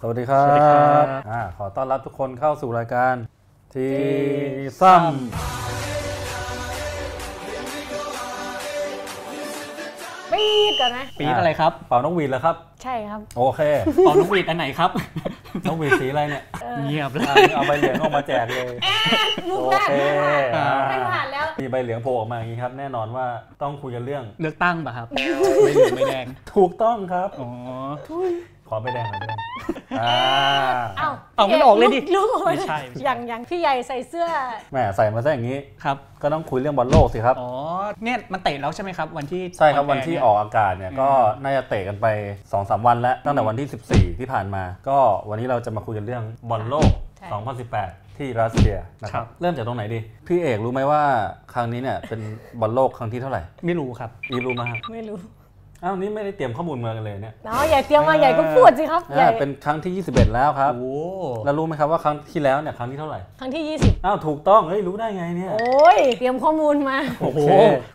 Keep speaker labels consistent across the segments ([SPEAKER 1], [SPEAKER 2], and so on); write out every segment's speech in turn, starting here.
[SPEAKER 1] สวัสดีครับ
[SPEAKER 2] สวัสดีครับ
[SPEAKER 1] อ่าขอต้อนรับทุกคนเข้าสู่รายการที
[SPEAKER 2] ที่ซ้
[SPEAKER 1] ซ้
[SPEAKER 3] ปี๊ดก่อนนะ
[SPEAKER 2] ปี๊ดอะไรครับ
[SPEAKER 1] ำเป่านกหวีดแล้วครับ
[SPEAKER 3] ใช่ครับ
[SPEAKER 1] โอเค
[SPEAKER 2] เป่านกหวีดอันไหนครับ
[SPEAKER 1] นกหวีดสีอะไรเนี่ย
[SPEAKER 2] เงียบเลย
[SPEAKER 1] อ่าเอาใบเหลืองออกมาแจกเลย
[SPEAKER 3] มุก
[SPEAKER 1] โอ
[SPEAKER 3] แรก
[SPEAKER 1] เค
[SPEAKER 3] ไม่ผ่าน
[SPEAKER 1] อ่า
[SPEAKER 3] ไม่ผ่านแล้ว
[SPEAKER 1] มีใบเหลืองโผล่ออกมาอย่างนี้ครับ แน่นอนว่าต้องคุยกันเรื่อง
[SPEAKER 2] เลือกตั้งป่ะครับ ไม่เหลืองไม่แดง
[SPEAKER 1] ถูกต้องครับ
[SPEAKER 2] อ๋อ
[SPEAKER 1] ขอใบแดงหน่อยได้ไหมอ่า
[SPEAKER 3] เอ้า
[SPEAKER 2] เอามันออกเลยดิ
[SPEAKER 3] รู้ออกป
[SPEAKER 2] ไม่ใช่ไม่ใช่
[SPEAKER 3] อย่างอย่างพี่ใหญ่ใส่เสื้อ
[SPEAKER 1] แหมใส่มาซะอย่างนี้
[SPEAKER 2] ครับ
[SPEAKER 1] ก็ต้องคุยเรื่องบอลโลกสิครับ
[SPEAKER 2] อ๋อเนี่ยมันเตะแล้วใช่ไหมครับ วันที่
[SPEAKER 1] ใช่ครับ
[SPEAKER 2] อ
[SPEAKER 1] วัน
[SPEAKER 2] แร์
[SPEAKER 1] ที่
[SPEAKER 2] เย
[SPEAKER 1] ออกอากาศเนี่ยก็น่าจะเตะกันไป2อสวันแล้วตั้งแต่วันที่ 14 ที่ผ่านมา ก็วันนี้เราจะมาคุยกันเรื่องบอลโลก
[SPEAKER 3] ใช่
[SPEAKER 1] 2018 ที่รัสเซียนะครั
[SPEAKER 2] ครับ บ
[SPEAKER 1] เริ่มจากตรงไหนดี พี่เอกรู้ไหมว่าครั้งนี้เนี่ยเป็นบอลโลกครั้งที่เท่าไหร่
[SPEAKER 2] ไม่รู้ครับ
[SPEAKER 1] อีฟรู้ไหมครับ
[SPEAKER 3] ไม่รู้
[SPEAKER 1] อ้าวนี่ไม่ได้เตรียมข้อมูลมากันเลยเนี่ย
[SPEAKER 3] เนาะใหญ่เตรียมมา
[SPEAKER 2] เออ
[SPEAKER 3] ใหญ่ก็พูดสิครับใหญ่
[SPEAKER 1] อ่าเป็นครั้งที่ 21 แล้วครับ
[SPEAKER 2] โอ้
[SPEAKER 1] แล้วรู้ไหมครับว่าครั้งที่แล้วเนี่ยครั้งที่เท่าไหร่
[SPEAKER 3] ครั้งที่
[SPEAKER 1] อ้าวถูกต้องเฮ้ยรู้ได้ไงเนี่
[SPEAKER 3] 20
[SPEAKER 1] ย
[SPEAKER 3] โอ้ย เตรียมข้อมูลมา
[SPEAKER 2] โอ้โห
[SPEAKER 1] โอเค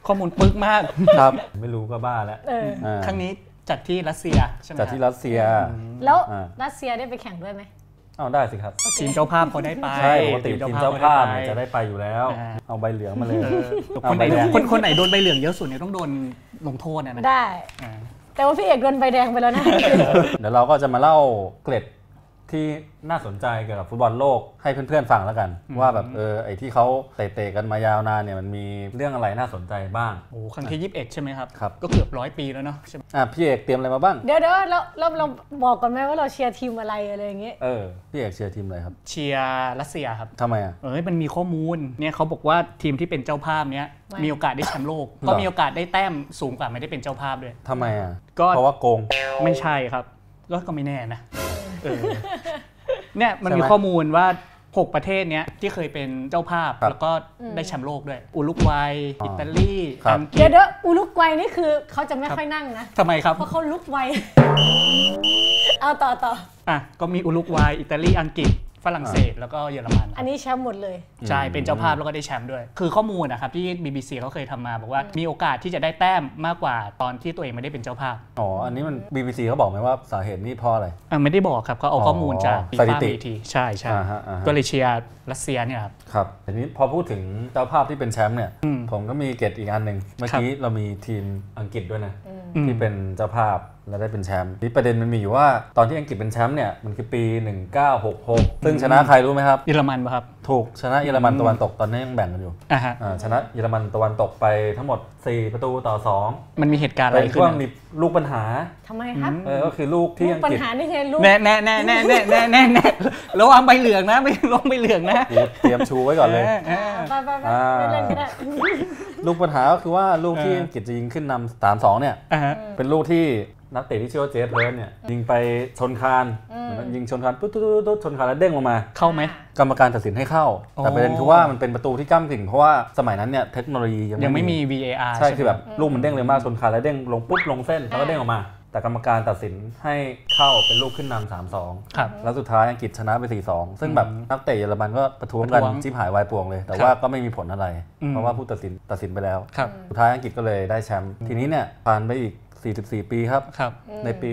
[SPEAKER 2] ข้อมูลปึกมาก
[SPEAKER 1] ครับไม่รู้ก็บ้าแล้ว
[SPEAKER 3] เออ
[SPEAKER 1] อ่า
[SPEAKER 2] ครั้งนี้จัดที่รัสเซียใช่ไหม
[SPEAKER 1] จากที่รัสเซีย
[SPEAKER 3] แล้ว
[SPEAKER 1] อ่า
[SPEAKER 3] รัสเซียได้ไปแข่งด้วยไหม
[SPEAKER 1] อ้าวได้สิครับ
[SPEAKER 2] ทีมเจ้าภาพเขาได้ไป
[SPEAKER 1] ใช่ปกติทีมเจ้าภาพเนี่ย
[SPEAKER 2] เข
[SPEAKER 1] จะ
[SPEAKER 2] ได้ไป
[SPEAKER 1] ได้ไปอยู่แล้ว
[SPEAKER 2] อ่า
[SPEAKER 1] เอาใบเหลืองมาเลย
[SPEAKER 2] เออ
[SPEAKER 1] เอา
[SPEAKER 2] คนไหน
[SPEAKER 1] ใบแดง
[SPEAKER 2] คนคนไหนโดนใบเหลืองเยอะสุดเนี่ยต้องโดนลงโทษนะนะ
[SPEAKER 3] ได้
[SPEAKER 2] อ่า
[SPEAKER 3] แต่ว่าพี่เอกโดนใบแดงไปแล้วนะ
[SPEAKER 1] เดี๋ยวเราก็จะมาเล่าเกร็ดที่น่าสนใจเกี่ยวกับฟุตบอลโลกให้เพื่อนๆฟังแล้วกัน ว่าแบบเออไอ้ที่เขาเตะๆกันมายาวนานเนี่ยมันมีเรื่องอะไรน่าสนใจบ้าง
[SPEAKER 2] โอ้โหครั้งที่21ใช่ไหมครับ
[SPEAKER 1] ครับ
[SPEAKER 2] ก็เกือบร้อยปีแล้วเนาะใช่ไหม
[SPEAKER 1] อ่ะพี่เอกเตรียมอะไรมาบ้าง
[SPEAKER 3] เดี๋ยวเดี๋ยวเราเราเราบอกก่อนไหมว่าเราเชียร์ทีมอะไรอะไรอย่างเงี้ย
[SPEAKER 1] เออพี่เอกเชียร์ทีมอะไรครับ
[SPEAKER 2] เชียร์รัสเซียครับ
[SPEAKER 1] ทำไมอ่ะ
[SPEAKER 2] เอ้ยมันมีข้อมูลเนี่ยเขาบอกว่าทีมที่เป็นเจ้าภาพเนี้ย
[SPEAKER 3] ไม่
[SPEAKER 2] มีโอกาสได้แชมป์โลก
[SPEAKER 1] หรอ
[SPEAKER 2] ก็มีโอกาสได้แต้มสูงกว่าไม่ได้เป็นเจ้าภาพด้วย
[SPEAKER 1] ทำไมอ่ะ
[SPEAKER 2] ก็
[SPEAKER 1] เพราะว่าโกง
[SPEAKER 2] ไม่ใช่ครับก็ก็ไม่แน่นะเอ อเนี่ยมันมี
[SPEAKER 1] ใช่ไหม
[SPEAKER 2] ข้อมูลว่า 6 ประเทศเนี้ยที่เคยเป็นเจ้าภาพ
[SPEAKER 1] ครับ
[SPEAKER 2] แล้วก็ได้แชมป์โลกด้วย อุรุกวัย
[SPEAKER 1] อ๋ออิ
[SPEAKER 2] อิตาลี
[SPEAKER 1] ครับ
[SPEAKER 2] อังกฤ
[SPEAKER 3] เดี๋ยว
[SPEAKER 2] ษ
[SPEAKER 3] เดี๋ยวอุลุกวัยนี่คือเขาจะไม่ค่อยนั่งนะ
[SPEAKER 2] ทำไมครับ
[SPEAKER 3] เพราะเขาลุกไว เอาต่อต่อ
[SPEAKER 2] อ่ะก็มีอุรุกวัยอิตาลีอังกฤษ ฝรั่งเศสแล้วก็เยอรมันครับ
[SPEAKER 3] อันนี้แชมป์หมดเลย
[SPEAKER 2] ใช่ เป็นเจ้าภาพแล้วก็ได้แชมป์ด้วย คือข้อมูลนะครับที่ BBC เขาเคยทำมาบอกว่ามีโอกาสที่จะได้แต้มมากกว่าตอนที่ตัวเองไม่ได้เป็นเจ้าภาพ
[SPEAKER 1] อ๋ออันนี้มัน BBC เขาบอกไหมว่าสาเหตุนี่เพราะอะไร
[SPEAKER 2] อ่ะไม่ได้บอกครับเขาเอาข้อมูลจาก
[SPEAKER 1] สถิ
[SPEAKER 2] FIFA
[SPEAKER 1] ติ
[SPEAKER 2] BT ใช่ใช่
[SPEAKER 1] อ่าฮะอ่าฮะ
[SPEAKER 2] ก็เลยเชียร์รัสเซียเนี่ยครับ
[SPEAKER 1] ครับทีนี้พอพูดถึงเจ้าภาพที่เป็นแชมป์เนี่ย ผมก็มีเกร็ดอีกอันหนึ่งเมื่อกี้เรามีทีมอังกฤษด้วยนะ
[SPEAKER 2] อืม
[SPEAKER 1] ที่เป็นเจ้าภาพและได้เป็นแชมป์นี่ประเด็นมันมีอยู่ว่าตอนที่อังกฤษเป็นแชมป์เนี่ยมันคือปี 1966 ซึ่งชนะใครรู้ไหมครับ
[SPEAKER 2] เยอรมันป่ะครับ
[SPEAKER 1] ถูกชนะเยอรมันตะวันตกตอนนี้ยังแบ่งกันอยู่
[SPEAKER 2] อ่ะฮะ
[SPEAKER 1] อ่าชนะเยอรมันตะวันตกไปทั้งหมด 4 ประตูต่อ2
[SPEAKER 2] มันมีเหตุการณ์อะไร
[SPEAKER 1] เป็น
[SPEAKER 2] ขึ้น
[SPEAKER 1] ช่วง
[SPEAKER 2] อ่ะ
[SPEAKER 1] มีลูกปัญหา
[SPEAKER 3] ทำไมครับ
[SPEAKER 1] เออก็คือลูกที่
[SPEAKER 3] ลูก
[SPEAKER 1] อัง
[SPEAKER 3] ปัญ
[SPEAKER 1] กฤษ
[SPEAKER 3] หานี่คือลูก
[SPEAKER 2] แน่แน่แน่แน่แน่แน่แน่แน่ระวังใบเหลืองนะไม่ ลงใบเหลืองนะ
[SPEAKER 1] กูเตรียมชูไว้ก่อนเลย
[SPEAKER 2] เออ
[SPEAKER 3] ไปไปไป
[SPEAKER 1] อ่า
[SPEAKER 3] เล่นๆก็ได้
[SPEAKER 1] ลูกปัญหาก็คือว่าลูกที่
[SPEAKER 2] เอออั
[SPEAKER 1] อังกฤษจะยิงขึ้นนำสามสองเนี่ย
[SPEAKER 2] อ่ะฮะ
[SPEAKER 1] เป็นลูกที่นักเตะที่ชื่อว่าเจฟเลิร์นเนี่ยยิงไปชนคานเหมือนยิงชนคานปุ๊บตุ๊ดตุ๊ดตุ๊ดชนคานแล้วเด้งลงมา
[SPEAKER 2] เข้าไหม
[SPEAKER 1] กรรมการตัดสินให้เข้า
[SPEAKER 2] อ๋อ
[SPEAKER 1] แต่ประเด็นคือว่ามันเป็นประตูที่ก้ามกึ่งเพราะว่าสมัยนั้นเนี่ยเทคโนโลยียัง
[SPEAKER 2] ยังไม่มี VAR
[SPEAKER 1] ใช่คือแบบลูกมันเด้งเร็วมากชนคานแล้วเด้งลงปุ๊บลงเส้นแล้วก็เด้งออกมา แต่กรรมการตัดสินให้เข้าเป็นลูกขึ้นนำสามสอง
[SPEAKER 2] ครับ
[SPEAKER 1] แล้วสุดท้ายอังกฤษชนะไป4 2ซึ่งแบบนักเตะเยอรมันก็ประท้วงกัน
[SPEAKER 2] ประท้วง
[SPEAKER 1] จิ้มหายวายป่วงเลย แต่
[SPEAKER 2] ครับ
[SPEAKER 1] ว่าก็ไม่มีผลอะไร
[SPEAKER 2] อืม
[SPEAKER 1] เพราะว่าผู้ตัดสินตัดสินไปแล้ว
[SPEAKER 2] ครับ
[SPEAKER 1] สุดท้ายอังกฤษก็เลยได้แชมป์ทีนี้เนี่ยผ่านไปอีก 44 ปีครับ
[SPEAKER 2] ครับ
[SPEAKER 1] ในปี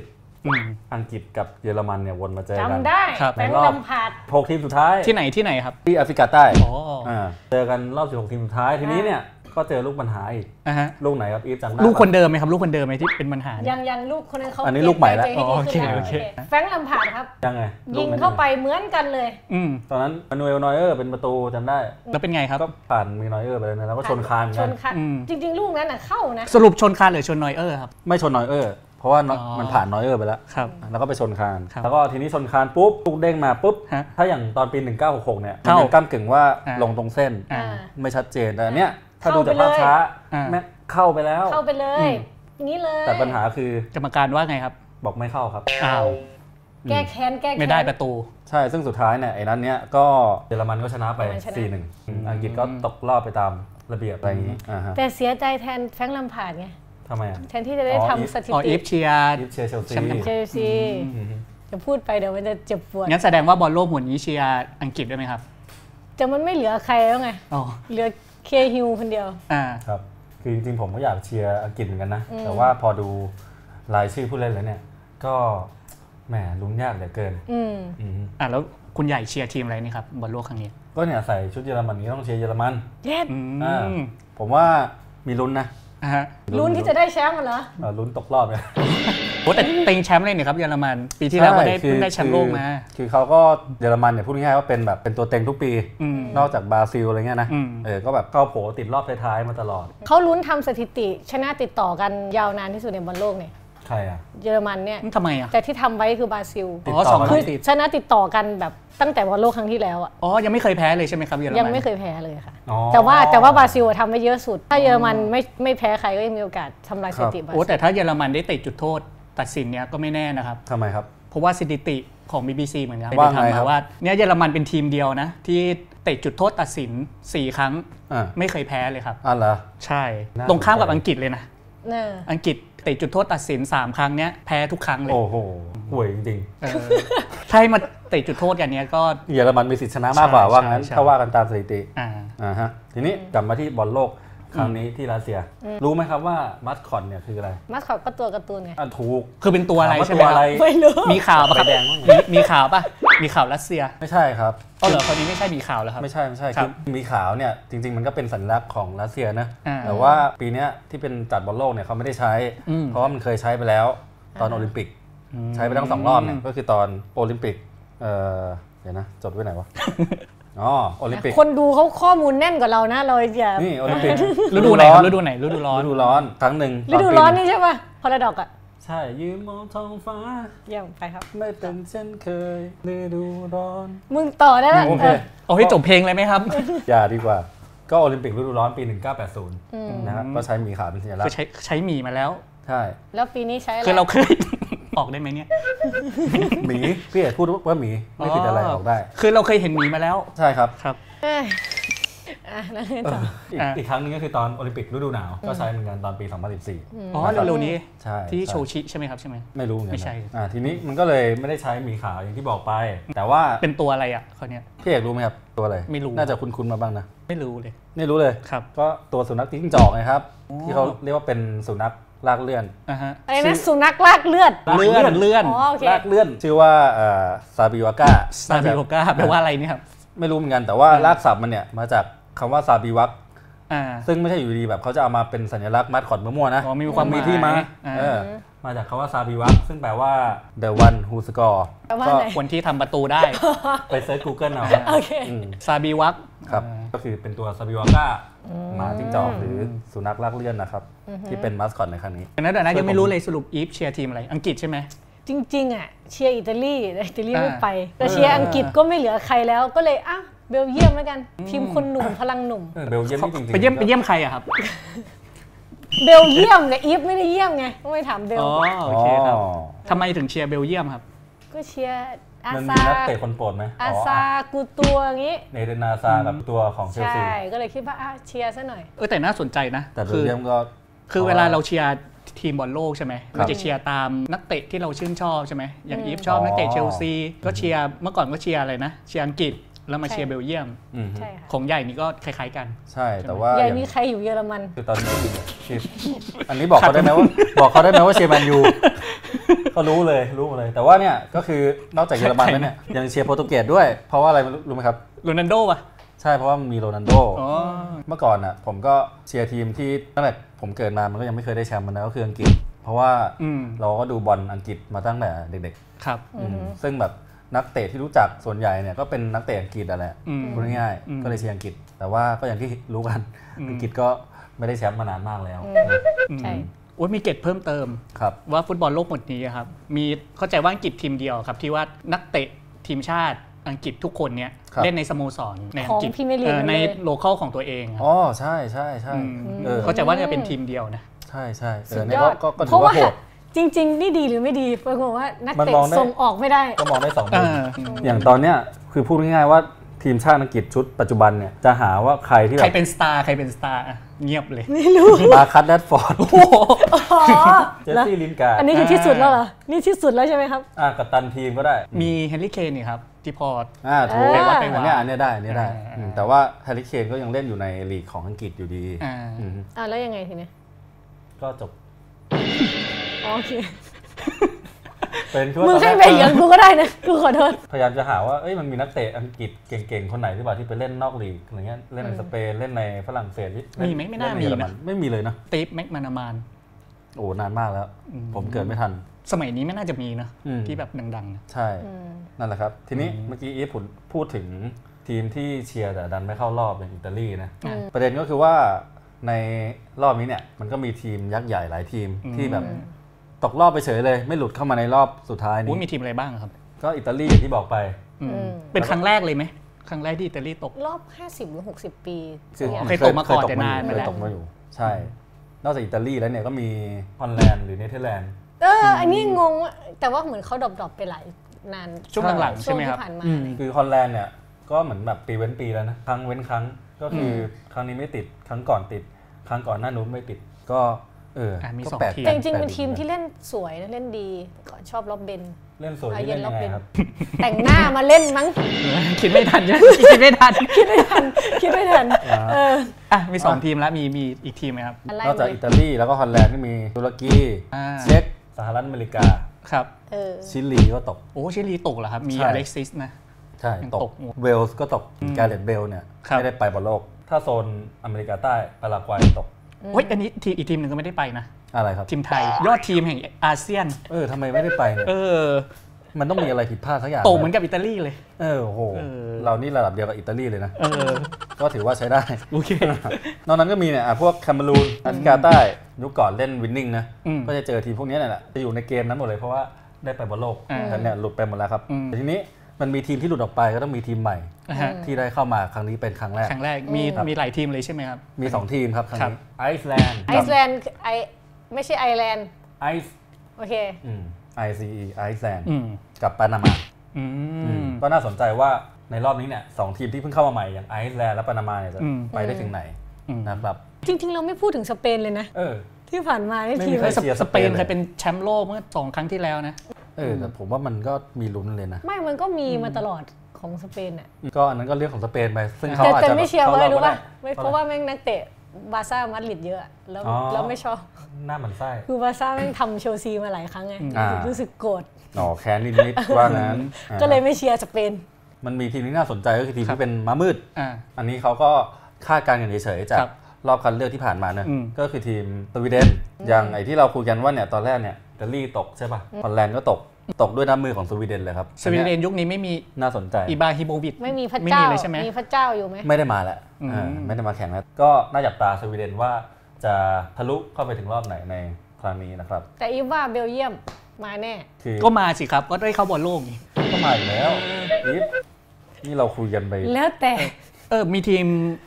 [SPEAKER 1] 2010
[SPEAKER 2] อืม
[SPEAKER 1] อังกฤษกับเยอรมันเนี่ยวนมาเจอกัน
[SPEAKER 3] จำได้
[SPEAKER 1] ครับ
[SPEAKER 3] แบง
[SPEAKER 1] ในรอบ
[SPEAKER 3] ค์ลำพาด
[SPEAKER 1] หกทีมสุดท้าย
[SPEAKER 2] ที่ไหนที่ไหนครับ
[SPEAKER 1] ที่แอฟริกาใต้
[SPEAKER 2] อ๋ออ่
[SPEAKER 1] าเจอกันรอบ 16 ทีมสุดท้ายทีนี้เนี่ยก็เจอลูกปัญหาอีก
[SPEAKER 2] อ่ะฮะ
[SPEAKER 1] ลูกไหนครับอีฟจำได้
[SPEAKER 2] ลูกคน
[SPEAKER 1] ปะ
[SPEAKER 2] เดิมไหมครับลูกคนเดิมไหมที่เป็นปัญหาเนี่ย
[SPEAKER 3] ยังยังลูกคนนั้นเขา
[SPEAKER 1] อันนี้ลูกใหม่แล้ว
[SPEAKER 3] เปยนใจให้ดีขึ้น
[SPEAKER 2] อ๋อโอเคโอเค
[SPEAKER 3] แบงค์ลำพาดครับ
[SPEAKER 1] ยังไงลู
[SPEAKER 3] ยิ
[SPEAKER 1] ก
[SPEAKER 3] ง
[SPEAKER 1] นั้น
[SPEAKER 3] เข้าไปเหมือนกันเลย
[SPEAKER 2] อืม
[SPEAKER 1] ตอนนั้นมานูเอลนอยเออร์เป็นประตูจำได้
[SPEAKER 2] แล้วเป็นไงครับ
[SPEAKER 1] ก็ผ่านมีนอยเออร์ไปแล้วนะแล้วก็ชนคานเหมือน
[SPEAKER 3] ช
[SPEAKER 1] กัน น
[SPEAKER 3] คัน
[SPEAKER 2] อืม
[SPEAKER 3] จริง ๆ ลูกนั้นน่ะเข้านะ
[SPEAKER 2] สรุปชนคานหรือชนนอยเออร์ครับ
[SPEAKER 1] ไม่ชนนอยเออร์เพราะว่า Neuer
[SPEAKER 2] อ๋อ
[SPEAKER 1] มันผ่านนอยเออร์ไปแล้ว
[SPEAKER 2] ครับ
[SPEAKER 1] แล้วก็ไปชนคาน
[SPEAKER 2] ครับ
[SPEAKER 1] แล้วก็ทีนี้ชนคานปุ๊บลูกเด้งมาปุ๊บ
[SPEAKER 2] ฮะ
[SPEAKER 1] ถ้าอย่างตอนปี 1966 เนี่ยมันเป็
[SPEAKER 2] เข้า
[SPEAKER 1] นก้ามกึ่งว่า
[SPEAKER 2] อ่า
[SPEAKER 1] ลงตรงเส้น
[SPEAKER 2] อ่า
[SPEAKER 1] ไม่ชัดเจนแต่อันเนี้ยถ้า
[SPEAKER 3] เข้า
[SPEAKER 1] ดูจากภาพ
[SPEAKER 3] ไปเลย
[SPEAKER 1] ช้า
[SPEAKER 2] อ่า
[SPEAKER 1] แม่งเข้าไปแล้ว
[SPEAKER 3] เข้าไปเลยอย่างนี้เลย
[SPEAKER 1] แต่ปัญหาคือก
[SPEAKER 2] รรมการว่าไงครับ
[SPEAKER 1] บอกไม่เข้าครับ
[SPEAKER 2] อ้าว
[SPEAKER 3] แก้แค้นแก้แค้น
[SPEAKER 2] ไม่ได้ประตู
[SPEAKER 1] ใช่ซึ่งสุดท้ายเนี่ยไอ้นั้นเนี้ยก็เยอรมันก็ชนะไป
[SPEAKER 3] เยอรมันชนะ
[SPEAKER 1] 4-1อืมอังกฤษก็ตกรอบไปตามระเบียบอะไรอย่างงี้อ่าฮะ
[SPEAKER 3] แต่เสียใจแทนแฟรงค์ลำพาดไง
[SPEAKER 1] ทำไมอ่ะ
[SPEAKER 3] แทนที่จะได้
[SPEAKER 1] อ๋ออีฟ
[SPEAKER 3] ทำสถิ
[SPEAKER 2] อ๋อ
[SPEAKER 3] ติ
[SPEAKER 2] อีฟเชียร์
[SPEAKER 1] ยิปเชียร์เชลซี
[SPEAKER 2] แชมป์แชมป์
[SPEAKER 3] เชลซี
[SPEAKER 1] อืม
[SPEAKER 3] จะพูดไปเดี๋ยวมันจะเจ็บปวด
[SPEAKER 2] งั้นแสดงว่าบอลโลกหมุนนี้เชียร์อังกฤษด้วยไหมครับ
[SPEAKER 3] จะมันไม่เหลือใครแล้วไง
[SPEAKER 2] อ๋อ
[SPEAKER 3] เหลือเคฮิวคนเดียว
[SPEAKER 2] อ่า
[SPEAKER 1] ครับ คือจริงๆผมก็อยากเชียร์อังกฤษเหมือนกันนะ แต่ว่าพอดูรายชื่อผู้เล่นแล้วเนี่ย ก็ แหมลุ้นยากเหลือเกิน
[SPEAKER 3] อืม
[SPEAKER 1] อืม
[SPEAKER 2] อ่ะแล้วคุณใหญ่เชียร์ทีมอะไรนี่ครับบอลโลกครั้งนี้
[SPEAKER 1] ก็เนี่ยใส่ชุดเยอรมันนี้ต้องเชียร์เยอรมัน
[SPEAKER 3] เย็ด
[SPEAKER 2] อื
[SPEAKER 1] อ่า
[SPEAKER 2] ม
[SPEAKER 1] ผมว่ามีลุ้นนะ
[SPEAKER 2] อ่ะฮะ
[SPEAKER 3] ลุ้นที่จะได้แชมป์เหรอ
[SPEAKER 1] เอ่อลุ้นตกรอบเนี่ย
[SPEAKER 2] โอ้แต่เต็งแชมป์เลยเนี่ยครับเยอรมัน ปีที่แล้วก็ได้
[SPEAKER 1] ใช่คือ
[SPEAKER 2] เพิ่งได้แชมป์โลกมา
[SPEAKER 1] คือคือเขาก็เยอรมันเนี่ยพูดง่ายๆว่าเป็นแบบเป็นตัวเต็งทุกปี
[SPEAKER 2] อืม
[SPEAKER 1] นอกจากบราซิลอะไรเงี้ยนะ
[SPEAKER 2] อืม
[SPEAKER 1] เออก็แบบเข้าโผติดรอบท้ายๆมาตลอด
[SPEAKER 3] เขาลุ้นทำสถิติ ชนะติดต่อกันยาวนานที่สุดในบอลโลกเนี่ย
[SPEAKER 1] ใครอ่ะ
[SPEAKER 3] เยอรมันเนี่ย
[SPEAKER 2] อืมทำไมอ่ะ
[SPEAKER 3] แต่ที่ทำไว้คือบราซิล
[SPEAKER 1] ติด
[SPEAKER 2] อ๋อ
[SPEAKER 1] ต่อ
[SPEAKER 2] สอง
[SPEAKER 1] กัน
[SPEAKER 2] ค
[SPEAKER 3] คื
[SPEAKER 2] รั้
[SPEAKER 3] อง
[SPEAKER 2] ติด
[SPEAKER 3] ชนะติดต่อกันแบบตั้งแต่บอลโลกครั้งที่แล้วอะ
[SPEAKER 2] อ๋อยังไม่เคยแพ้เลยใช่ไหมครับเยอรมัน
[SPEAKER 3] ยังไม่เคยแพ้เลยค่ะ
[SPEAKER 1] อ๋อ
[SPEAKER 3] แต่ว่าแต่ว่าบราซิลอะทำไปเยอะสุด ถ้าเยอรมันไม่ไม่แพ้ใครก็ยังมีโอกาสทำลายสถิติบรา
[SPEAKER 2] โอ้
[SPEAKER 3] ซิล
[SPEAKER 2] แต่ถ้าเยอรมันได้เตะจุดโทษ ตัดสินเนี่ยก็ไม่แน่นะครับ
[SPEAKER 1] ทำไมครับ
[SPEAKER 2] เพราะว่าสถิติของ BBC เหมือนกัน
[SPEAKER 1] ว่าไง
[SPEAKER 2] ปทำ
[SPEAKER 1] ครั
[SPEAKER 2] มา
[SPEAKER 1] บ
[SPEAKER 2] ว่าเนี่ยเยอรมันเป็นทีมเดียวนะ ที่เตะจุดโทษตัดสิน 4 ครั้ง
[SPEAKER 1] อ่า
[SPEAKER 2] ไม่เคยแพ้เลยครับ
[SPEAKER 1] อ่ะเหรอ
[SPEAKER 2] ใช่
[SPEAKER 1] น่า
[SPEAKER 2] ตรงข้ามกับอังกฤษเลยนะ
[SPEAKER 3] เนอ
[SPEAKER 2] อังกฤษเตะจุดโทษตัดสิน 3 ครั้งเนี้ยแพ้ทุกครั้งเลย
[SPEAKER 1] โอ้โหห่วยจริง
[SPEAKER 2] เออถ้าให้มาเตะจุดโทษกันเนี้ยก็
[SPEAKER 1] ๆเยอรมันมีสิทธิชนะมากกว่า
[SPEAKER 2] ใช่
[SPEAKER 1] ว่างั้น
[SPEAKER 2] ใช่
[SPEAKER 1] ถ้าว่ากันตามสถิติ
[SPEAKER 2] อ่า
[SPEAKER 1] อ่าฮะทีนี้กลับมาที่บอลโลกครั้งนี้ที่รัสเซีย รู้ไหมครับว่ามัสคอตเนี่ยคืออะไร
[SPEAKER 3] มัสคอตก็ตัวการ์ตูนไง
[SPEAKER 1] อ่ะถูก
[SPEAKER 2] คือเป็นตัวอะไร
[SPEAKER 1] ถามว่า
[SPEAKER 2] ใช่ไห
[SPEAKER 1] ตั
[SPEAKER 2] ม
[SPEAKER 1] วอะ
[SPEAKER 2] ครับ
[SPEAKER 1] ไร
[SPEAKER 3] ไม่รู้
[SPEAKER 2] มีข่าวปะครับ
[SPEAKER 1] ใบแดงมั้ง
[SPEAKER 2] มีมีข่าวปะมีข่าวรัสเซีย
[SPEAKER 1] ไม่ใช่ครับ
[SPEAKER 2] อ๋อเหรอคนนี้ไม่ใช่มีข่าวแล้วครับ
[SPEAKER 1] ไม่ใช่ไม่ใช่
[SPEAKER 2] ครั
[SPEAKER 1] คื
[SPEAKER 2] บ
[SPEAKER 1] อหมีขาวเนี่ยจริง ๆ มันก็เป็นสัญลักษณ์ของรัสเซียนะ
[SPEAKER 2] อ่า
[SPEAKER 1] แต่ว่าปีเนี้ยที่เป็นจัดบอลโลกเนี่ยเขาไม่ได้ใช้
[SPEAKER 2] อืม
[SPEAKER 1] เพราะว่ามันเคยใช้ไปแล้วตอนโอลิมปิก
[SPEAKER 2] อืม
[SPEAKER 1] ใช้ไปทั้งสองรอบเนี่ยก็คือตอนโอลิมปิกเอ่อเดี๋ยวนะจดไว้ไหนวะ อ๋อโอลิมปิก
[SPEAKER 3] คนดูเขาข้อมูลแน่นกว่าเรานะเราอย่า
[SPEAKER 1] นี่โอลิมปิก
[SPEAKER 2] ฤดูไหนครับฤดูไหนฤดูร้อน
[SPEAKER 1] ฤดูร้อนครั้งหนึ่ง
[SPEAKER 3] ฤดู
[SPEAKER 1] ตปี
[SPEAKER 3] ร้อนนี่ใช่ป่ะพอระดอกอะ
[SPEAKER 1] ใช่ยืนมองท้องฟ้า
[SPEAKER 3] เยี่ยมไปครับ
[SPEAKER 1] ไม่เป็นเช่นเคยฤดูร้อน
[SPEAKER 3] มึงต่อได้ละ
[SPEAKER 1] โอเค
[SPEAKER 3] เออ
[SPEAKER 2] เอาให้จบเพลงเลยไหมครับ
[SPEAKER 1] อย่าดีกว่า ก็โอลิมปิกฤดูร้อนปี 1980นะครับก็ใช้หมีขาวเป็นสัญลัก
[SPEAKER 2] คื
[SPEAKER 1] ษณ์
[SPEAKER 2] อใช้ใช้หมีมาแล้ว
[SPEAKER 1] ใช่
[SPEAKER 3] แล้วปีนี้ใช้อะไร
[SPEAKER 2] คือเราเคย ออกได้ไหมเนี่ย
[SPEAKER 1] หมีพี่เอกพูดว่าหมีไม่ผิดอะไรออกได้
[SPEAKER 2] คือเราเคยเห็นหมีมาแล้ว
[SPEAKER 1] ใช่ครับ
[SPEAKER 2] ครับ
[SPEAKER 3] เอ้ยอ่ะนั่งให้ต่อ
[SPEAKER 1] อีก
[SPEAKER 2] อ่ะ
[SPEAKER 1] อีกครั้งหนึงก็คือตอนโอลิมปิกฤดูหนาวก็ใช้เหมือนกันตอนปี 2014
[SPEAKER 2] อ๋อเร็วๆนี้
[SPEAKER 1] ใช่
[SPEAKER 2] ที่โช
[SPEAKER 1] ใช่
[SPEAKER 2] ชิใช่ไหมครับใช่ไหม
[SPEAKER 1] ไม่รู้เหมือน
[SPEAKER 2] ไม่
[SPEAKER 1] กัน
[SPEAKER 2] ใช่
[SPEAKER 1] นะอ่ะทีนี้มันก็เลยไม่ได้ใช้หมีขาวอย่างที่บอกไป แต่ว่า
[SPEAKER 2] เป็นตัวอะไรอ่ะเขาวเนี่ย
[SPEAKER 1] พี่เอกรู้ไหมครับตัวอะไร
[SPEAKER 2] ไม่รู้
[SPEAKER 1] น่าจะคุ้นๆมาบ้างนะ
[SPEAKER 2] ไม่รู้เลย
[SPEAKER 1] ไม่รู้เลย
[SPEAKER 2] ครับ
[SPEAKER 1] ก็ตัวสุนัขจิ้งจอกนะครับ ที่เขาเรียกว่าเป็นสุนัขลากเลื่อน
[SPEAKER 2] อ่ะฮะ
[SPEAKER 3] อะไรนะสุนัขลากเลือด
[SPEAKER 2] เลื่อนเลื่อน
[SPEAKER 3] อ๋อโอเค
[SPEAKER 1] ลากเลื่อนชื่อว่าซาบิวาก้า
[SPEAKER 2] ซาบิโอก้าแปลว่าอะไรเนี่ยครับ
[SPEAKER 1] ไม่รู้เหมือนกันแต่ว่ารากศัพท์มันเนี่ยมาจากคำว่าซาบิวัก
[SPEAKER 2] อ่า
[SPEAKER 1] ซึ่งไม่ใช่อยู่ดีแบบเขาจะเอามาเป็นสัญลักษณ์มัดขอดมั่วๆนะ
[SPEAKER 2] อ๋อมีความหมาย
[SPEAKER 1] มีที่มา
[SPEAKER 2] อ่า
[SPEAKER 1] เออมาจากคำว่าซาบิวะซึ่งแปลว่า the one who score
[SPEAKER 3] แปลว่า
[SPEAKER 1] ก็
[SPEAKER 3] อะไร
[SPEAKER 2] คนที่ทำประตูได้
[SPEAKER 1] ไปเซิร์ช Google เอา
[SPEAKER 3] โอเค
[SPEAKER 1] อืม
[SPEAKER 2] ซาบิวัก
[SPEAKER 1] ครับ ก็คือเป็นตัวซาบิวะก้าหมาจิ้งจอกหรือสุนัขลากเลื่อนนะครับ ที่เป็นมัสคอตในครั้งนี้
[SPEAKER 2] ดังนั้นเดี๋ยวนะยังไม่รู้เลยสรุปอีฟเชียร์ทีมอะไร อังกฤษใช่ไหม
[SPEAKER 3] จริง ๆ อ่ะ เชียร์อิตาลีแต่อิตาลีไม่
[SPEAKER 2] อ่า
[SPEAKER 3] ไปแต่เชียร์อังกฤษก็ไม่เหลือใครแล้วก็เลยอ้าวเบลเยียมแล้วกัน ทีมคนหนุ่มพลังหนุ่ม
[SPEAKER 1] เออเบลเยียมนี่จริงๆ
[SPEAKER 2] ไปเยี่ยมไปเยี่ยมใครอะครับ
[SPEAKER 3] เบลเยียมเนี่ยอีฟไม่ได้เยี่ยมไงต้องไปถามเบล
[SPEAKER 2] อ๋อโอเคครับ
[SPEAKER 1] อ๋อ
[SPEAKER 2] ทำไมถึงเชียร์เบลเยียมครับ
[SPEAKER 3] ก็เชียร์อา
[SPEAKER 1] มัน
[SPEAKER 3] ซา
[SPEAKER 1] มีนักเตะคนโปรดไหม
[SPEAKER 3] อาซากูตัวอย่างงี้
[SPEAKER 1] เนเธอร์นาซาแบบตัวของเชล
[SPEAKER 3] ใช่
[SPEAKER 1] ซี
[SPEAKER 3] ก็เลยคิดว่าอ้าวเชียร์ซะหน่อย
[SPEAKER 2] เออแต่น่าสนใจนะ
[SPEAKER 1] แต่เบ
[SPEAKER 2] คื
[SPEAKER 1] ล
[SPEAKER 2] อ
[SPEAKER 1] เยียมก็
[SPEAKER 2] คือเวลาเราเชียร์ทีมบอลโลกใช่ไหม
[SPEAKER 1] ครับ
[SPEAKER 2] เราจะเชียร์ตามนักเตะที่เราชื่นชอบใช่ไหมอย่างอีฟชอบ
[SPEAKER 1] อ๋อ
[SPEAKER 2] นักเตะเชลซีก็เชียร์เมื่อก่อนก็เชียร์อะไรนะ เชียร์อังกฤษแล้วมาเชียร์เบลเยียม
[SPEAKER 1] อืม
[SPEAKER 3] ใช่ค่ะ
[SPEAKER 2] ของใหญ่นี่ก็คล้ายๆกัน
[SPEAKER 1] ใช่แต่ว่า
[SPEAKER 3] ใหญ่
[SPEAKER 1] อย่าง
[SPEAKER 3] มีใครอยู่เยอรมัน
[SPEAKER 1] คือตอนนี้คืออันนี้บอกเขาได้ไหม ว่าบอกเขาได้ไหมว่าเชียร์แมนยู ก็รู้เลยรู้หมดเลย แต่ว่าเนี่ยก็คือนอกจากเยอรมันแล้ว เนี่ยยังเชียร์โปรตุเกสด้วย เพราะว่าอะไรรู้ไหมครับ
[SPEAKER 2] โรนัลโดป่ะ
[SPEAKER 1] ใช่เพราะว่ามีโรนัลโด
[SPEAKER 2] อ๋อ
[SPEAKER 1] เมื่อก่อนอ่ะผมก็เชียร์ทีมที่ตั้งแต่ผมเกิดมามันก็ยังไม่เคยได้แชมป์มันนะก็คืออังกฤษ เพราะว่า
[SPEAKER 2] อืม
[SPEAKER 1] เราก็ดูบอลอังกฤษมาตั้งแต่เด็ก
[SPEAKER 2] ครับ
[SPEAKER 1] ๆอืมซึ่งแบบนักเตะที่รู้จักส่วนใหญ่เนี่ยก็เป็นนักเตะอังกฤษอะแหละ
[SPEAKER 2] อืม
[SPEAKER 1] พูดง่าย
[SPEAKER 2] อืม
[SPEAKER 1] ๆก็เลยเชียร์อังกฤษ แต่ว่าก็อย่างที่รู้กันอังกฤษก็ไม่ได้แชมป์มานานมากแล้ว
[SPEAKER 3] ใช่
[SPEAKER 2] โอ้ยมีเกตเพิ่มเติม
[SPEAKER 1] ครับ
[SPEAKER 2] ว่าฟุตบอลโลกหมดนี้อะครับมีเข้าใจว่าอังกฤษทีมเดียวครับ ที่ว่านักเตะทีมชาติอังกฤษทุกคนเนี่ย
[SPEAKER 1] ครับ
[SPEAKER 2] เล่นในสโมสรในอังกฤษ
[SPEAKER 3] ของ Premier League
[SPEAKER 2] เออใน
[SPEAKER 3] เลย
[SPEAKER 2] โลเคอลของตัวเองครับ
[SPEAKER 1] อ๋อใช่ใช่ใช่
[SPEAKER 2] ม
[SPEAKER 1] เออ
[SPEAKER 2] เข้าใจว่าจะเป็นทีมเดียวนะ
[SPEAKER 1] ใช่ใช่เอ
[SPEAKER 3] สุ
[SPEAKER 1] อ
[SPEAKER 3] ด
[SPEAKER 1] เนี่ย ย
[SPEAKER 3] อ
[SPEAKER 1] ก็
[SPEAKER 3] ด
[SPEAKER 1] ก็ก็
[SPEAKER 3] เพ
[SPEAKER 1] ถือ
[SPEAKER 3] ราะ
[SPEAKER 1] ว่า
[SPEAKER 3] ว่า
[SPEAKER 1] โหด
[SPEAKER 3] จริง ๆ นี่ดีหรือไม่ดีปรากฏว่านัก
[SPEAKER 1] มัน
[SPEAKER 3] เตะ
[SPEAKER 1] มองได้
[SPEAKER 3] ส่งออกไม่ได้
[SPEAKER 1] ก็มองได้สอง
[SPEAKER 2] เอ
[SPEAKER 1] มุม
[SPEAKER 2] อ
[SPEAKER 1] อย่างตอนเนี้ยคือพูดง่ายๆว่าทีมชาติอังกฤษชุดปัจจุบันเนี่ย จะหาว่าใครที่แบ
[SPEAKER 2] ใคร
[SPEAKER 1] บ
[SPEAKER 2] เป็นสตาร์ใครเป็นสตาร์อ่ะเงียบเลย
[SPEAKER 1] มาคัตแรดฟอร์ด
[SPEAKER 2] โอ้โห
[SPEAKER 3] อ๋อ
[SPEAKER 1] เจสซี่ลินการ์ด
[SPEAKER 3] อันนี้คือที่สุดแล้วเหรอ นี่ที่สุดแล้วใช่ไหมครับ
[SPEAKER 1] อ่ากับตันทีมก็ได้
[SPEAKER 2] มีเฮนรี่เคนนี่ครับ ที่พอ
[SPEAKER 1] อ่าถูก
[SPEAKER 3] เออ
[SPEAKER 1] อันเนี้ยอันเนี้ยได้อันเนี้ยได้
[SPEAKER 2] อ่า
[SPEAKER 1] อืมแต่ว่าแฮร์รี่เคนก็ยังเล่นอยู่ในลีกของอังกฤษอยู่ดี
[SPEAKER 2] อ่า
[SPEAKER 1] อืม
[SPEAKER 3] อ่ะแล้วยังไงทีเนี้ย
[SPEAKER 1] ก็จบ
[SPEAKER 3] อ๋อโอเค
[SPEAKER 1] เป็นคือว่า
[SPEAKER 3] มึง
[SPEAKER 1] ตอน
[SPEAKER 3] ให้ใบ
[SPEAKER 1] แรก
[SPEAKER 3] เหลืองกูก็ได้นะ กูขอโทษ
[SPEAKER 1] พยายามจะหาว่าเอ้ยมันมีนักเตะอังกฤษเก่งๆ คนไหนหรือเปล่าที่ไปเล่นนอกลีกอะไรเงี้ยเล่นในสเปนเล่นในฝรั่งเศสเล่
[SPEAKER 2] มีไหมไม่น่า
[SPEAKER 1] เล่ใเยอร
[SPEAKER 2] มีนะ
[SPEAKER 1] ไม่มีเลยนะ
[SPEAKER 2] ตีฟแม็กมานามาน
[SPEAKER 1] โอ้นานมากแล้ว
[SPEAKER 2] อืม
[SPEAKER 1] ผมเกิดไม่ทัน
[SPEAKER 2] สมัยนี้ไม่น่าจะมีนะ
[SPEAKER 1] อืม
[SPEAKER 2] ที่แบบดังๆนะ
[SPEAKER 1] ใช่ นั่นแหละครับ ทีนี้เมื่อกี้อีฟพูดพูดถึงทีมที่เชียร์แต่ดันไม่เข้ารอบอย่างอิตาลีนะ
[SPEAKER 2] อ่ะ
[SPEAKER 1] ประเด็นก็คือว่าในรอบนี้เนี่ยมันก็มีทีมยักษ์ใหญ่หลายทีม
[SPEAKER 2] อืม
[SPEAKER 1] ที่แบบตกรอบไปเฉยเลย ไม่หลุดเข้ามาในรอบสุดท้าย
[SPEAKER 2] อุ๊ยมี
[SPEAKER 1] นี้
[SPEAKER 2] ทีมอะไรบ้างครับ
[SPEAKER 1] ก็อิตาลีอย่างที่บอกไป
[SPEAKER 2] อืม
[SPEAKER 3] อืม
[SPEAKER 2] เป็นครั้งแรกเลยไหมครั้งแรกที่อิตาลีตก
[SPEAKER 3] รอบ 50 หรือ 60 ปี
[SPEAKER 1] ซึ่ง
[SPEAKER 3] เนี่ย
[SPEAKER 2] เคยตกมาก่อนแต่นาน
[SPEAKER 1] เค
[SPEAKER 2] มาย แล้ว
[SPEAKER 1] ตกมาอยู่ ใช่ นอกจากอิตาลีแล้วเนี่ยก็มีฮอลแลนด์หรือเนเธอร์แลนด์
[SPEAKER 3] เออ อันนี้งงว่าแต่ว่าเหมือนเขาดรอปๆไปหลายนาน
[SPEAKER 2] ช่วงหลังๆ
[SPEAKER 3] ช่
[SPEAKER 2] ใช่
[SPEAKER 3] วง
[SPEAKER 2] ไหมค
[SPEAKER 3] ที่
[SPEAKER 2] รับ
[SPEAKER 3] ผ่านมา
[SPEAKER 1] คือฮอลแลนด์เนี่ยก็เหมือนแบบปีเว้นปีแล้วนะครั้งเว้นครั้งก็คืออครั้งนี้ไม่ติดครั้งก่อนติด ครั้งก่อนหน้านู้นไม่ติดก็เออ
[SPEAKER 2] อ่ะมี
[SPEAKER 1] ก็
[SPEAKER 2] สอง
[SPEAKER 1] แปลก
[SPEAKER 2] ทีม
[SPEAKER 3] แต่จริง
[SPEAKER 1] แปล
[SPEAKER 3] ๆ
[SPEAKER 1] ก
[SPEAKER 3] เป็นทีม
[SPEAKER 1] ดีะ
[SPEAKER 3] ที่เล่นสวยนะเล่นดีก็ชอบล็อบเบน
[SPEAKER 1] เล่นสวยนี่เล่นยังไงครับ
[SPEAKER 3] แต่งหน้ามาเล่นมั้ง
[SPEAKER 2] คิดไม่ทันใช่ไหมคิดไม่ทัน
[SPEAKER 3] คิดไม่ทัน
[SPEAKER 1] อ่า
[SPEAKER 3] เออ
[SPEAKER 2] อ่ะมีสองทีมแล้วมีมีอีกทีมไหมครับ
[SPEAKER 3] อะไร
[SPEAKER 1] นอกจาก
[SPEAKER 3] เว้ย
[SPEAKER 1] อิตาลีแล้วก็ฮอลแลนด์ก็มีตุรกี
[SPEAKER 2] อ่า
[SPEAKER 1] เช็กสหรัฐอเมริกา
[SPEAKER 2] ครับ
[SPEAKER 3] เออ
[SPEAKER 1] ชิลีก็ตก
[SPEAKER 2] โอ้ชิลีตกเหรอครับ มี
[SPEAKER 1] ใช่
[SPEAKER 2] อเล็กซิสนะ
[SPEAKER 1] ใช่
[SPEAKER 2] ยัง
[SPEAKER 1] ต
[SPEAKER 2] ต
[SPEAKER 1] ก
[SPEAKER 2] ก
[SPEAKER 1] เวลส์ก็ตกแกเรตเบลเนี่ย
[SPEAKER 2] ครับ
[SPEAKER 1] ไม่ได้ไปบอลโลก ถ้าโซนอเมริกาใต้ปารากวัยตก
[SPEAKER 2] โอ้ยอันนี้ทีมอีกทีมหนึ่งก็ไม่ได้ไปนะ
[SPEAKER 1] อะไรครับ
[SPEAKER 2] ทีมไทย ยอดทีมแห่งอาเซียน
[SPEAKER 1] เออทำไมไม่ได้ไปเนี่ย
[SPEAKER 2] เออ
[SPEAKER 1] มันต้องมีอะไรผิดพลาดสักอย่าง
[SPEAKER 2] ตกเหมือนกับอิตาลีเลย
[SPEAKER 1] เออโอ้โห
[SPEAKER 2] เออ
[SPEAKER 1] เรานี่ระดับเดียวกับอิตาลีเลยนะ
[SPEAKER 2] เออ
[SPEAKER 1] ก็ถือว่าใช้ได้
[SPEAKER 2] โอเค
[SPEAKER 1] นอกนั้นก็มีเนี่ยอ่ะพวกแคนารูนอันกาใต้ยุคก่อนเล่นวินนิ่งนะ
[SPEAKER 2] อืม
[SPEAKER 1] ก็จะเจอทีมพวกเนี้ยเนี่ยแหละจะอยู่ในเกมนั้นหมดเลยเพราะว่าได้ไปบอลโลก
[SPEAKER 2] อ่า
[SPEAKER 1] แต่เนี่ยหลุดไปหมดแล้วครับ
[SPEAKER 2] อืม
[SPEAKER 1] แต่ทีนี้มันมีทีมที่หลุดออกไปก็ต้องมีทีมใหม่
[SPEAKER 2] นะฮะ
[SPEAKER 1] ที่ได้เข้ามาครั้งนี้เป็นครั้งแรก
[SPEAKER 2] ครั้งแรกมีมีหลายทีมเลยใช่ไหมครับ
[SPEAKER 1] มี 2 ทีมครับครั้ง
[SPEAKER 2] ครับ
[SPEAKER 1] นี้ไอซ์แลนด์
[SPEAKER 3] ไอซ์แลนด์ไอไม่ใช่ไอแลนด์
[SPEAKER 1] ไอซ์
[SPEAKER 3] โอเค
[SPEAKER 1] ไอซีไอซ์แลนด์
[SPEAKER 2] อืม
[SPEAKER 1] กับปานามา
[SPEAKER 2] อืม
[SPEAKER 1] ก็น่าสนใจว่าในรอบนี้เนี่ยสองทีมที่เพิ่งเข้ามาใหม่อย่างไอซ์แลนด์และปานามาเนี่ยจะ
[SPEAKER 2] อืม
[SPEAKER 1] ไปได้ถึงไหน
[SPEAKER 2] อืม
[SPEAKER 1] นะครับ
[SPEAKER 3] จริง ๆ เราไม่พูดถึงสเปนเลยนะ
[SPEAKER 1] เออ
[SPEAKER 3] ที่ผ่านมานี่
[SPEAKER 1] ไม่มี
[SPEAKER 3] ทีม
[SPEAKER 1] ใคร
[SPEAKER 2] ส
[SPEAKER 1] เชียร์ส
[SPEAKER 2] เป
[SPEAKER 1] เป
[SPEAKER 2] น
[SPEAKER 1] น
[SPEAKER 2] เคยเป็นแชมป์โลกเมื่อสองครั้งที่แล้วนะ
[SPEAKER 1] เออแต่ผมว่ามันก็มีลุ้นเลยนะ
[SPEAKER 3] ไม่มันก็มีมาตลอดของสเปนอ่ะ
[SPEAKER 1] ก็อันนั้นก็เรื่องของสเปนไป ซึ่งเขา
[SPEAKER 3] แต่
[SPEAKER 1] อาจ
[SPEAKER 3] แต่
[SPEAKER 1] จะ
[SPEAKER 3] ไม่เชียร์
[SPEAKER 1] ข้
[SPEAKER 3] ไว้
[SPEAKER 1] อบ
[SPEAKER 3] รู้ป่ะ
[SPEAKER 1] ก็ด้
[SPEAKER 3] ไม่เพราะว่าแม่งนักเตะบาร์ซ่ามาดริดเยอะแล้ว
[SPEAKER 1] อ๋อ
[SPEAKER 3] แล้วไม่ชอบ
[SPEAKER 1] หน้าหมันไส้
[SPEAKER 3] คือบาร์ซ่าแม่งทำเชลซีมาหลายครั้งไง
[SPEAKER 1] อ่า
[SPEAKER 3] รู้สึกโกรธ
[SPEAKER 1] หนอแค้นนิดๆว่านั้น
[SPEAKER 3] ก็เลยไม่เชียร์สเปน
[SPEAKER 1] มันมีทีมที่น่าสนใจก็คือทีม
[SPEAKER 2] ครับ
[SPEAKER 1] ที่เป็นม้ามืด
[SPEAKER 2] อ่า
[SPEAKER 1] อันนี้เขาก็คาดการณ์กันเฉยๆจาก
[SPEAKER 2] ครับ
[SPEAKER 1] รอบคัดเลือกที่ผ่านมาเนอะ
[SPEAKER 2] อืม
[SPEAKER 1] ก็คือทีมสวีเดนอย่างไอที่เราคุยกันว่าเนี่ยตอนแรกเนี่ยอิตาลีตกใช่ป่ะฮอลแลนด์ก็ตกตกด้วยน้ำมือของสวีเดนเลยครับ
[SPEAKER 2] สวีเด
[SPEAKER 1] อั
[SPEAKER 2] นยุคนี้ไม่มี
[SPEAKER 1] ยน่าสนใจ
[SPEAKER 2] อิบราฮิโบวิช
[SPEAKER 3] ไม่มีพระ
[SPEAKER 2] ไม่
[SPEAKER 3] เจ้า
[SPEAKER 2] มีเลยใช่ไหม
[SPEAKER 3] พระเจ้าอยู่ไหม
[SPEAKER 1] ไม่ได้มาแหละ
[SPEAKER 2] อืม
[SPEAKER 1] อ่าไม่ได้มาแข่งแล้วก็น่าจับตาสวีเดนว่าจะทะลุเข้าไปถึงรอบไหนในครั้งนี้นะครับ
[SPEAKER 3] แต่อีฟว่าเบลเยียมมาแน่
[SPEAKER 1] คือ
[SPEAKER 2] ก็มาสิครับ ก็ได้เข้าบอลโลกนี่
[SPEAKER 1] ก็มาอยู่แล้วอีฟนี่เราคุยกันไป
[SPEAKER 3] แล้วแต่
[SPEAKER 2] เออ มีทีม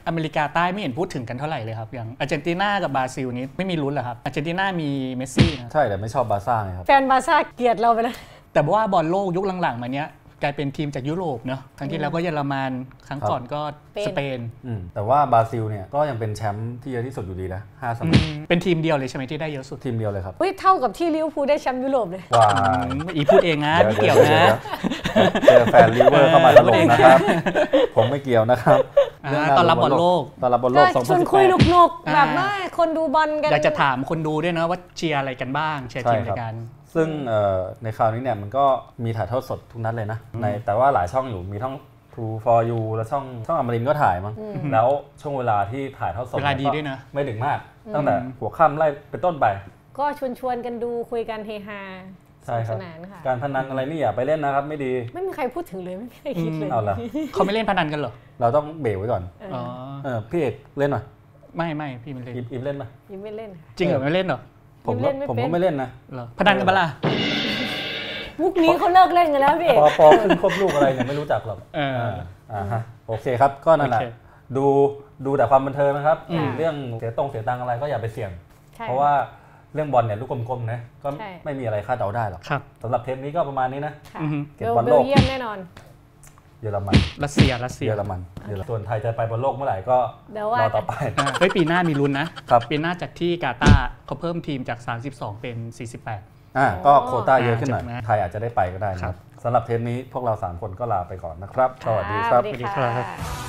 [SPEAKER 2] อเมริกาใต้ไม่เห็นพูดถึงกันเท่าไหร่เลยครับ อย่างอาร์เจนตินากับบราซิลนี้ไม่มีลุ้นเหรอครับ อาร์เจนตินามีเมสซี่นะครับ
[SPEAKER 1] ใช่แต่ไม่ชอบบาร์ซ่าไงครับ
[SPEAKER 3] แฟนบาร์ซ่าเกลียดเราไปแล้ว
[SPEAKER 2] แต่ว่าบอลโลกยุคหลังๆ มาเนี้ยกลายเป็นทีมจากยุโรปเนอะครั้งที่แล้วก็เยอรมัน ครั้งก่อนก็
[SPEAKER 3] ครับ
[SPEAKER 2] สเปน
[SPEAKER 1] อืมแต่ว่าบราซิลเนี่ยก็ยังเป็นแชมป์ที่เยอะที่สุดอยู่ดีนะห้าส
[SPEAKER 2] อื
[SPEAKER 1] มัย
[SPEAKER 2] มเป็นทีมเดียวเลยใช่ไหมที่ได้เยอะสุด
[SPEAKER 1] ทีมเดียวเลยครับ
[SPEAKER 3] อุ้ยเท่ากับที่ลิเวอร์พูลได้แชมป์ยุโรปเลย
[SPEAKER 1] ว้า
[SPEAKER 2] อืมอีพูดเองนะไม่เกี่ยวนะ
[SPEAKER 1] เจอแฟนลิเวอร์เข้ามาตลกนะครับ ผมไม่เกี่ยวนะครับ
[SPEAKER 2] อ่า
[SPEAKER 1] เรื่งราว
[SPEAKER 2] ต้อนรับบอลโลก
[SPEAKER 1] ต้อนรับบอลโล
[SPEAKER 3] ก็
[SPEAKER 1] ก
[SPEAKER 3] ชวนคุยหนุก
[SPEAKER 1] 2018
[SPEAKER 3] ๆ
[SPEAKER 2] อ่า
[SPEAKER 3] แบบว่าคนดูบอลกัน
[SPEAKER 2] อยากจะถามคนดูด้วยนะว่าเชียร์อะไรกันบ้างเชียร์ทีมอะไรกัน
[SPEAKER 1] ซึ่งเอ่อในคราวนี้เนี่ยมันก็มีถ่ายทอดสดทุกนัดเลยนะในแต่ว่าหลายช่องอยู่มีทั้ง True for you และช่องช่องอมรินทร์ก็ถ่ายมั้งแล้วช่วงเวลาที่ถ่ายทอดสด
[SPEAKER 2] เวลาดีด้วยนะ
[SPEAKER 1] ไม่ถึงมาก ตั้งแต่หัวค่ำไล่เป็นต้นไป
[SPEAKER 3] ก็ชวนชวนๆกันดูคุยกันเฮฮาส
[SPEAKER 1] ใช่
[SPEAKER 3] นุก
[SPEAKER 1] ค
[SPEAKER 3] ส
[SPEAKER 1] รับ
[SPEAKER 3] นานค่ะ
[SPEAKER 1] การพนันอะไรนี่อย่าไปเล่นนะครับไม่ดี
[SPEAKER 3] ไม่มีใครพูดถึงเลย ไม่มีใครคิดเลย
[SPEAKER 1] เอาละ
[SPEAKER 2] เขาไม่เล่นพนันกันเหรอ
[SPEAKER 1] เราต้องเบรกไว้ก่อน
[SPEAKER 2] อ๋อ
[SPEAKER 1] เออพี่เอกเล่นหน่อย
[SPEAKER 2] ไม่ไม่พี่ไม่เล่น
[SPEAKER 1] อิมอิมเล่นไหม
[SPEAKER 3] ยิ้มไม่เล่นค่ะ
[SPEAKER 2] จริงเหรอไม่เล่นเหรอ
[SPEAKER 1] ผม
[SPEAKER 3] อิมเล่นไม่
[SPEAKER 1] ผม
[SPEAKER 3] เป็
[SPEAKER 1] ก็
[SPEAKER 3] น
[SPEAKER 1] ไม่เล่นนะ
[SPEAKER 2] เหรอพนันกันปะล่ะ
[SPEAKER 3] มุกนี้เขาเลิกเล่นกันแล้วพี่เอก
[SPEAKER 1] ปอปอขึ้นควบลูกอะไรเนี่ยไม่รู้จักหรอก
[SPEAKER 2] เอออ่
[SPEAKER 1] าอ่าฮะโอเคครับก็นั่นแหละ
[SPEAKER 2] โอเค
[SPEAKER 1] ดูดูแต่ความบันเทิงนะครับ เรื่องเสียตรงเสียตังอะไรก็อย่าไปเสี่ยง
[SPEAKER 3] ใช่
[SPEAKER 1] เพราะว่าเรื่องบอลเนี่ยลูกกลมๆนะก็
[SPEAKER 3] ใช่
[SPEAKER 1] ไม่มีอะไรคาดเดาได้หรอก
[SPEAKER 2] ครับ
[SPEAKER 1] สำหรับเทปนี้ก็ประมาณนี้นะ
[SPEAKER 3] ค่ะ
[SPEAKER 2] อือฮึ
[SPEAKER 1] เก็
[SPEAKER 3] เบบ ล
[SPEAKER 1] บอลโลก
[SPEAKER 3] เยียมแน่นอน
[SPEAKER 1] เยอรมัน
[SPEAKER 2] รัสเซียรัสเซีย
[SPEAKER 1] เยอรมันเยอรมันส่วนไทยจะไปบอลโลกเมื่อไหร่ก็
[SPEAKER 3] เดี๋ยวว่า
[SPEAKER 1] รอต่อไป
[SPEAKER 2] อ่าเฮ้ยปีหน้ามีลุ้นนะครับ ปีหน้าจากที่กาตาร์เขาเพิ่มทีมจาก 32 เป็น 48
[SPEAKER 1] อ่าก็โควต้าเยอะขึ้นหน่อย
[SPEAKER 2] เจ็บนะ
[SPEAKER 1] ไทยอาจจะได้ไปก็ได้นะครับ สำหรับเทปนี้พวกเราสามคนก็ลาไปก่อนนะครับสวัสดีค
[SPEAKER 3] ส
[SPEAKER 1] รับ
[SPEAKER 3] วัส
[SPEAKER 2] สวัสดี
[SPEAKER 3] ดี
[SPEAKER 2] ครั
[SPEAKER 3] ค่ะ
[SPEAKER 2] บ